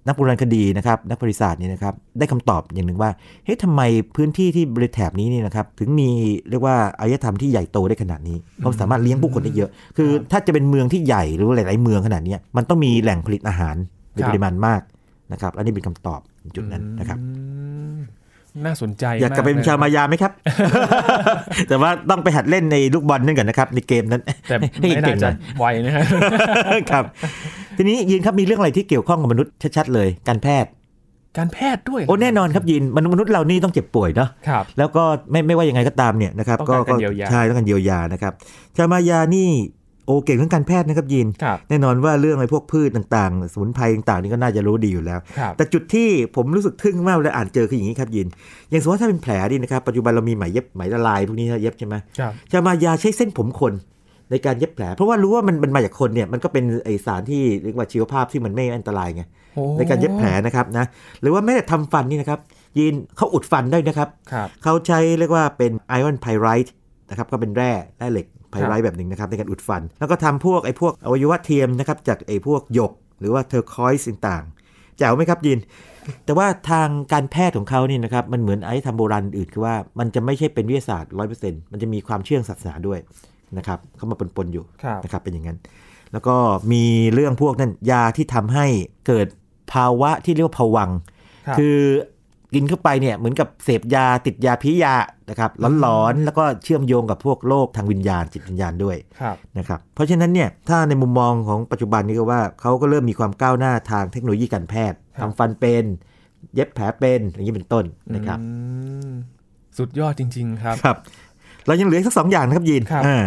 S2: นักโบราณคดีนะครับนักประวัติศาสตร์เนี่ยนะครับได้คำตอบอย่างหนึ่งว่าเฮ้ยทำไมพื้นที่ที่บริแถบนี้เนี่ยนะครับถึงมีเรียกว่าอารยธรรมที่ใหญ่โตได้ขนาดนี้เพราะสามารถเลี้ยงผู้คนได้เยอะ คือถ้าจะเป็นเมืองที่ใหญ่หรือหลาย ๆ เมืองขนาดเนี้ยมันต้องมีแหล่งผลิตอาหารใน
S1: ครับ
S2: ปริมาณมากนะครับและนี่เป็นคำตอบจุดนั้นนะครับ
S1: อืมน่าสนใจ
S2: อยากกลับไปเป็นชาวมายาไหม
S1: *laughs*
S2: ครับ แต่ว่าต้องไปหัดเล่นในลูกบอลนั่นก่อนนะครับในเกมนั้น
S1: แต่
S2: ให้
S1: ไม่
S2: เก่
S1: น่าง
S2: หน่
S1: จะ
S2: อย
S1: ไวนะ *laughs* ฮะ
S2: *laughs* ครับ ทีนี้ยินครับมีเรื่องอะไรที่เกี่ยวข้องกับมนุษย์ชัดๆเลยการแพทย์
S1: การแพทย์ด้วย
S2: โอ้แน่นอนครับยินมนุษย์มนุษย์เรานี่ต้องเจ็บป่วยเนาะ
S1: ครับ
S2: แล้วก็ไม่ไม่ว่ายังไงก็ตามเนี่ยนะครับ
S1: ต้องการการเยียวยา
S2: ใช่ต้องการเยียวยานะครับชาวมายานี่โอเก่งเรื่องการแพทย์นะครับยิน
S1: ครับ
S2: แน่นอนว่าเรื่องไอ้พวกพืชต่างๆ สมุนไพรต่างๆนี่ก็น่าจะรู้ดีอยู่แล้ว
S1: ครับ
S2: แต่จุดที่ผมรู้สึกทึ่งมากเวลาอ่านเจอคืออย่างนี้ครับยิน อย่างสมมติว่าถ้าเป็นแผลดีนะครับปัจจุบันเรามีไหมเย็บไหมละลายพวกนี้เย็บใช่ไหม
S1: ครับ
S2: ชามายาใช้เส้นผมคนในการเย็บแผล เพราะว่ารู้ว่ามันมันมาจากคนเนี่ยมันก็เป็นไอสารที่เรียกว่าชีวภาพที่มันไม่อันตรายไง
S1: โอ้
S2: ในการเย็บแผลนะครับนะหรือว่าแม้แต่ทำฟันนี่นะครับยีนเขาอุดฟันได้นะครับ
S1: ครับ
S2: เขาใช้เรียกว่าเป็นไอออนไพไรท์นะครับก็เป็นแร่แร่เหล็กไพไรท์แบบหนึ่งนะครับในการอุดฟัน แล้วก็ทำพวกไอพวกอวัยวะเทียมนะครับจากไอพวกหยก หรือว่าเทอร์คอยส์ต่างๆแจ๋วไหมครับยิน แต่ว่าทางการแพทย์ของเขานี่นะครับมันเหมือนไอ้ทำโบราณอื่นคือว่ามันจะไม่ใช่เป็นวิทยาศาสตร์ร้อยเปอร์เซ็นต์มันจะมีความเชื่อศาสนาด้วยนะครับเข้ามาปนๆอยู่
S1: ครับ
S2: นะครับเป็นอย่างนั้น แล้วก็มีเรื่องพวกนั้นยาที่ทำให้เกิดภาวะที่เรียกว่าผวัง
S1: รับ
S2: คือกินเข้าไปเนี่ยเหมือนกับเสพยาติดยาพิยานะครับร้อนๆแล้วก็เชื่อมโยงกับพวกโรคทางวิญญาณจิตวิญญาณด้วย
S1: ครับ
S2: นะครับเพราะฉะนั้นเนี่ยถ้าในมุมมองของปัจจุบันนี้ก็ว่าเขาก็เริ่มมีความก้าวหน้าทางเทคโนโลยีการแพทย์
S1: ครับ
S2: ทำฟันเป็น เย็บแผลเป็นอย่างนี้เป็นต้นนะครับ
S1: อืมสุดยอดจริง ๆ ครับ
S2: ครับ เรายังเหลืออีกสักสองอย่างนะครับยิน
S1: ครับ
S2: อ่า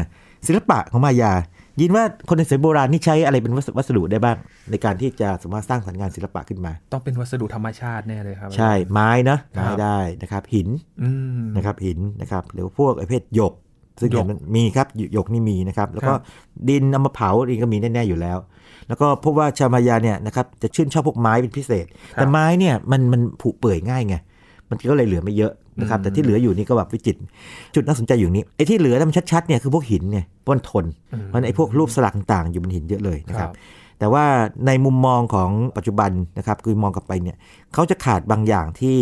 S2: ศิลปะของมายา ยินว่าคนในสมัยโบราณนี่ใช้อะไรเป็นวัสวัสดุได้บ้าง ในการที่จะสามารถสร้างสรรค์งานศิลปะขึ้นมา
S1: ต้องเป็นวัสดุธรรมชาติแน่เลยครับ
S2: ใช่ไม้นะครับ ไม้ได้นะครับหิน
S1: อืม
S2: นะครับหินนะครับหรือพวกประเภทหยก ซึ่ง
S1: หยก
S2: มันมีครับหยหยกนี่มีนะครับแล้วก็
S1: ครับ
S2: ดินเอามาเผาเองก็มีแน่ๆอยู่แล้ว แล้วก็พบว่าชาวมายาเนี่ยนะครับจะชื่นชอบพวกไม้เป็นพิเศษ แต่ไม้เนี่ยมันมันผุเปื่อยง่ายไงมันก็เลยเหลือไม่เยอะนะครับ
S1: อืม
S2: แต่ที่เหลืออยู่นี่ก็แบบวิจิตรจุดน่าสนใจอยู่นี้ไอ้ที่เหลือถ้ามันชัดๆเนี่ยคือพวกหินไงเพราะมันทน
S1: อืม
S2: มันไอ้พวกรูปสลักต่างๆอยู่บนหินเยอะเลยนะครับ
S1: ครับ
S2: แต่ว่าในมุมมองของปัจจุบันนะครับคือมองกลับไปเนี่ยเขาจะขาดบางอย่างที่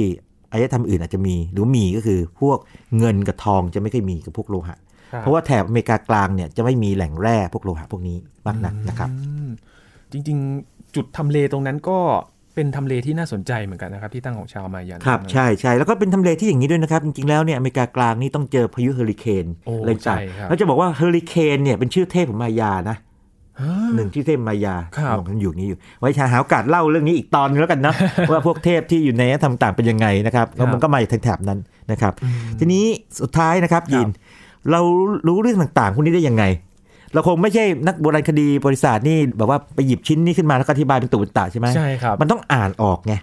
S2: อารยธรรมอื่นอาจจะมีหรือมีก็คือพวกเงินกับทองจะไม่เคยมีกับพวกโลหะ
S1: คบ
S2: เพราะว่าแถบอเมริกากลางเนี่ยจะไม่มีแหล่งแร่พวกโลหะพวกนี้มากนักนะครับ
S1: อืมจริงๆ จุดทำเลตรงนั้นก็เป็นทำเลที่น่าสนใจเหมือนกันนะครับ ที่ตั้งของชาวมายัน
S2: ครับ
S1: นะ
S2: ใช่ใช่แล้วก็เป็นทำเลที่อย่างนี้ด้วยนะครับ จริง ๆ แล้วเนี่ยอเมริกากลางนี่ต้องเจอพายุเฮอริเคน
S1: โอ้
S2: อะไรต่าง
S1: ใช่ครับ
S2: แล้วจะบอกว่าเฮอริเคนเนี่ยเป็นชื่อเทพของมายานะ
S1: ฮะ
S2: หนึ่งชื่อเทพมายา
S1: ครับ
S2: ของกันอยู่นี้อยู่ ไว้ชาหาโอกาสเล่าเรื่องนี้อีกตอนนึงแล้วกันนะ ว่าพวกเทพที่อยู่ในธรรมต่างเป็นยังไงนะครับแล้วมันก็มาจากแถบนั้นนะครับ ทีนี้สุดท้ายนะครับยิน เรารู้เรื่องต่างๆพวกนี้ได้ยังไง เราคงไม่ใช่นักโบราณคดีบริษัทนี่แบบว่าไปหยิบชิ้นนี้ขึ้นมาแล้วก็อธิบายเป็นตุเป็นตะใช่ไหม
S1: ใช่ครับ
S2: มันต้องอ่านออกไง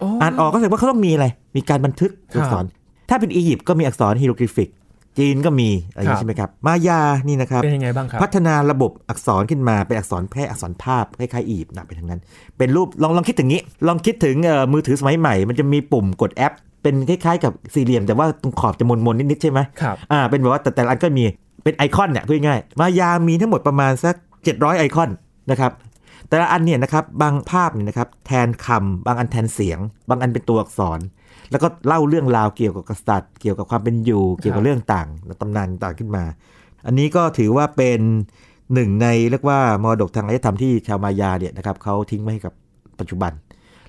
S1: โอ้
S2: อ่านออกก็แสดงว่าเขาต้องมีอะไร มีการบันทึก
S1: ครับ
S2: อักษร ถ้าเป็นอียิปต์ก็มีอักษรฮีโรกริฟิก จีนก็มีอะไรอย่าง
S1: ครับ
S2: นี้ใช่ไหมครับ มายา นี่นะครับ
S1: เป็นยังไงบ้างครับ
S2: พัฒนาระบบอักษรขึ้นมา เป็นอักษรแพร่อักษรภาพคล้ายๆอียิปต์นะเป็นทางนั้น เป็นรูป ลองลองคิดถึงนี้ ลองคิดถึงเอ่อมือถือสมัยใหม่ มันจะมีปุ่มกดแอป เป็นคล้ายๆ กับสี่เหลี่ยม แต่ว่าตรงขอบจะมนๆนิดๆใช่ไหม
S1: ครับ
S2: อ่า เป็นแบบว่าแต่แต่ละอันก็มี เป็นไอคอนเนี่ยพูดง่ายๆมายามีทั้งหมดประมาณสัก 700 ไอคอนนะครับ แต่ละอันเนี่ยนะครับ บางภาพเนี่ยนะครับแทนคำบางอันแทนเสียง บางอันเป็นตัวอักษร แล้วก็เล่าเรื่องราวเกี่ยวกับกษัตริย์ เกี่ยวกับความเป็นอยู่ เกี่ยวกับเรื่องต่างตำนานต่างขึ้นมา อันนี้ก็ถือว่าเป็นหนึ่งในเรียกว่ามรดกทางอารยธรรมที่ชาวมายาเนี่ยนะครับเขาทิ้งไว้ให้กับปัจจุบัน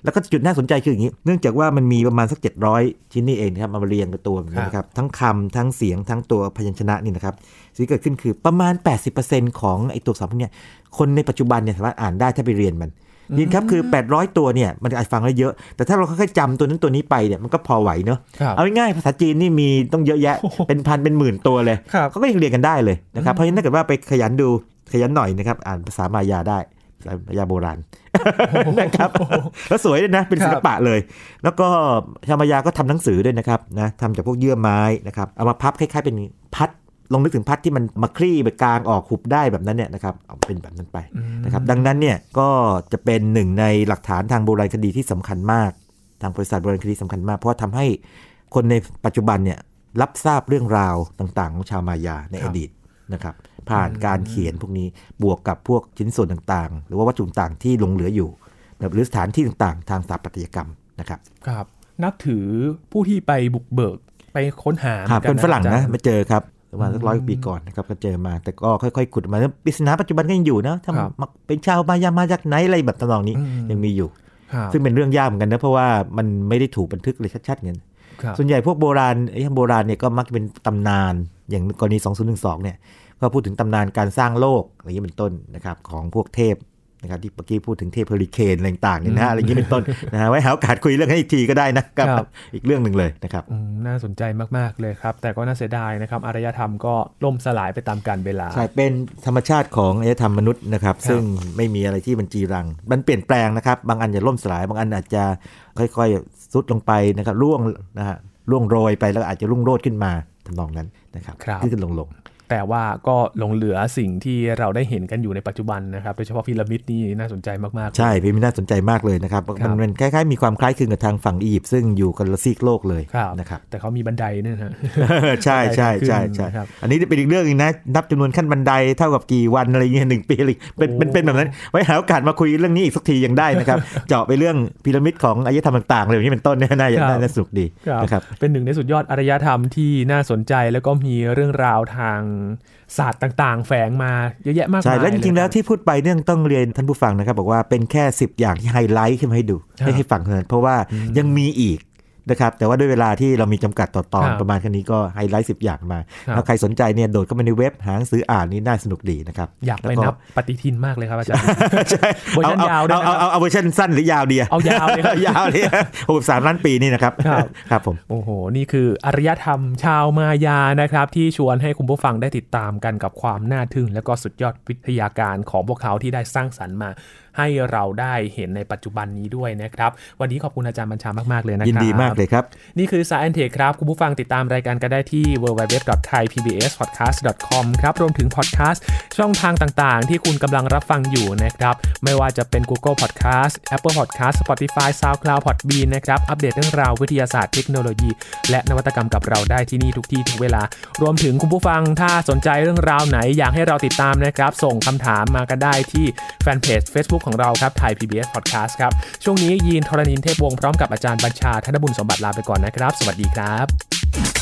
S2: แล้วก็จุดน่าสนใจคืออย่างนี้ เนื่องจากว่ามันมีประมาณสัก 700 ชิ้นนี่เองนะครับเอามาเรียงเป็นตัวแบบนี้นะครับ ทั้งคำทั้งเสียงทั้งตัวพยัญชนะนี่นะครับสิ่งที่เกิดขึ้นคือประมาณ 80%ของไอ้ตัวสามพวกเนี้ยคนในปัจจุบันเนี่ยสามารถอ่านได้ถ้าไปเรียนมันยินครับคือ 800 ตัวเนี่ยมันอาจฟังได้เยอะ แต่ถ้าเราค่อยๆจำตัวนั้นตัวนี้ไปเนี่ยมันก็พอไหวเนาะ
S1: ครับ
S2: เอาง่ายๆภาษาจีนนี่มีต้องเยอะแยะ
S1: โอ้โห
S2: เป็นพันเป็นหมื่นตัวเลย
S1: ครับ
S2: เขาก็ยังเรียนกันได้เลยนะครับเพราะฉะนั้นถ้าเกิดว่าไปขยันดูขยันหน่อยนะครับ อ่านภาษามายาได้ภาษามายาโบราณนะครับแล้วสวยด้วยนะเป็น
S1: ครับ
S2: ศิลปะเลย แล้วก็ชาวมายาก็ทำหนังสือด้วยนะครับนะทำจากพวกเยื่อไม้นะครับเอามาพับคล้ายๆเป็นพัดลองนึกถึงพัดที่มันมาคลี่ไปกลางออกหุบได้แบบนั้นเนี่ยนะครับเอาเป็นแบบนั้นไป นะครับดังนั้นเนี่ยก็จะเป็นหนึ่งในหลักฐานทางโบราณคดีที่สำคัญมาก ทางบริษัทโบราณคดีสำคัญมาก เพราะว่าทำให้คนในปัจจุบันเนี่ยรับทราบเรื่องราวต่างๆ ของชาวมายาใน
S1: ครั
S2: อบ ดีตนะครับผ่านการเขียนพวกนี้บวกกับพวกชิ้นส่วนต่างๆ หรือว่าวัตถุต่างๆที่หลงเหลืออยู่ หรือสถานที่ต่างๆ ทางสถาปัตยกรรมนะครับ
S1: ครับนับถือผู้ที่ไปบุกเบิกไปค้นหาหมือ
S2: ครับเป็นฝรั่ง
S1: อาจา
S2: นะ
S1: รย์
S2: มาเจอครับประมาณสักร้อยปีก่อนนะครับก็เจอมาแต่ก็ค่อยๆขุดมาแล้วปริศนาปัจจุบันก็ยังอยู่นะท
S1: ครับ
S2: ำมาเป็นชาวมายามาจากไหนอะไรแบบตำนองนี้
S1: อืม
S2: ยังมีอยู่
S1: ครับ
S2: ซึ่งเป็นเรื่องยากเหมือนกันนะเพราะว่ามันไม่ได้ถูกบันทึกเลยชัดๆเงี้ย
S1: ครับ
S2: ส่วนใหญ่พวกโบราณไอ้โบราณเนี่ยก็มักจะเป็นตำนานอย่างกรณี 2012 เนี่ยก็พูดถึงตำนานการสร้างโลกอะไรอย่างนี้เป็นต้นนะครับของพวกเทพนะครับที่เมื่อกี้พูดถึงเทพเฮอริเคนอะไรต่างๆเนี่ยนะฮะอะไรอย่างนี้เป็นต้นนะฮะไว้หาโอกาสคุยเรื่องให้อีกทีก็ได้นะค
S1: ครั
S2: รับ บอีกเรื่องหนึ่งเลยนะครับ
S1: อืมน่าสนใจมาก ๆ เลยครับ แต่ก็น่าเสียดายนะครับ อารยธรรมก็ล่มสลายไปตามกาลเวลา
S2: ใช่เป็นธรรมชาติของอารยธรรมมนุษย์นะครับ
S1: ครับ
S2: ซึ่งไม่มีอะไรที่มันจีรัง มันเปลี่ยนแปลงนะครับบางอันจะล่มสลายบางอันอาจจะค่อยๆซุดลงไปนะครับร่วงนะฮะร่วงโรยไปแล้วอาจจะรุ่งโรจน์ขึ้นมาทำนองนั้นนะครับ
S1: ครับ
S2: ขึ้นๆลงๆ
S1: แต่ว่าก็หลงเหลือสิ่งที่เราได้เห็นกันอยู่ในปัจจุบันนะครับ โดยเฉพาะพีระมิดนี่น่าสนใจมาก
S2: ใช่พี่มินน่าสนใจมากเลยนะครับ
S1: ครั
S2: มั
S1: บ
S2: นมันคล้ายๆมีความคล้ายคลึงกับทางฝั่งอียิปต์ซึ่งอยู่กันละซีกโลกเลย
S1: ๆ ครับ
S2: นะครับ
S1: แต่เขามีบันไดเนี่ยนะฮะ *laughs*
S2: *laughs* ใช่ใช่ใช่
S1: ขึ้
S2: ใช่
S1: นนะครับ
S2: อันนี้เป็นอีกเรื่องหนึงนะนับจำนวนขั้นบันไดเท่ากับกี่วันอะไรเงี้ยหนึ่งปีอะไรเป็น
S1: โอ้
S2: เป็นเป็นแบบนั้น ไว้หาโอกาสมาคุยเรื่องนี้อีกสักทียังได้
S1: *laughs*
S2: นะครับ เจาะไปเรื่องพีระมิดของอารยธรรมต่างๆเลยางนี้เป็นต้นเนี่ยน่าจะน่าจะสนุกดี
S1: ครับ
S2: นะครับ
S1: เป็นหนึ่งในสุดยอดอารยธรรมที่น่าสนใจแล้วก็มีเรื่องราวทางศาสตร์ต่าง ๆ แฝงมาเยอะแยะมากมาย
S2: ใช่แล้วจริงๆ
S1: เย
S2: แล้ว
S1: คบ
S2: ที่พูดไปเนี่ยต้องเรียนท่านผู้ฟังนะครับ บอกว่าเป็นแค่ 10 อย่างที่ไฮไลท์ขึ้นมาให้ดู
S1: ครับ
S2: ให้ให้ฟังเท่านั้นเพราะว่ายังมีอีกนะครับแต่ว่าด้วยเวลาที่เรามีจำกัดต่อตอน
S1: ครับ
S2: ประมาณแค่นี้ก็ไฮไลท์10 อย่างมา
S1: ครับ
S2: แล้วใครสนใจเนี่ยโดดเข้าไปในเว็บหาหนังสืออ่านนี่น่าสนุกดีนะครับ
S1: อยากไป
S2: แล้
S1: นั
S2: ว
S1: บปฏิทินมากเลยครับอาจารย์
S2: ใช่
S1: เวอร์ชัน
S2: เอา
S1: ยาวด้วยนะ
S2: เอา
S1: ครับ
S2: เอาเอาเอาเวอร์ชันสั้นหรือยาวดีอะ
S1: เอายาวเลยครับ
S2: ยาวเลยหกสามล้านปีนี่นะครับ
S1: ครับ
S2: ครับผม
S1: โอ้โห นี่คืออารยธรรมชาวมายานะครับ ที่ชวนให้คุณผู้ฟังได้ติดตามกันกับความน่าทึ่ง และก็สุดยอดวิทยาการของพวกเขาที่ได้สร้างสรรค์มา ให้เราได้เห็นในปัจจุบันนี้ด้วยนะครับ วันนี้ขอบคุณอาจารย์บัญชามาก ๆ เลยนะครับ
S2: ยินดีมากเลยครับ
S1: นี่คือ Science Tech ครับ คุณผู้ฟังติดตามรายการกันได้ที่ www.thaipbspodcast.com ครับรวมถึง podcast ช่องทางต่างๆ ที่คุณกำลังรับฟังอยู่นะครับ ไม่ว่าจะเป็น Google Podcast Apple Podcast Spotify SoundCloud Podbean นะครับ อัปเดตเรื่องราววิทยาศาสตร์เทคโนโลยี และนวัตกรรมกับเราได้ที่นี่ทุกที่ทุกเวลา รวมถึงคุณผู้ฟังถ้าสนใจเรื่องราวไหนอยากให้เราติดตามนะครับ ส่งคำถามมากันได้ที่แฟนเพจ Facebook ของเราครับไทย PBS Podcast ครับ ช่วงนี้ยีนทรณินเทพวงศ์พร้อมกับอาจารย์บัญชาธนบุญสมบัติลาไปก่อนนะครับ สวัสดีครับ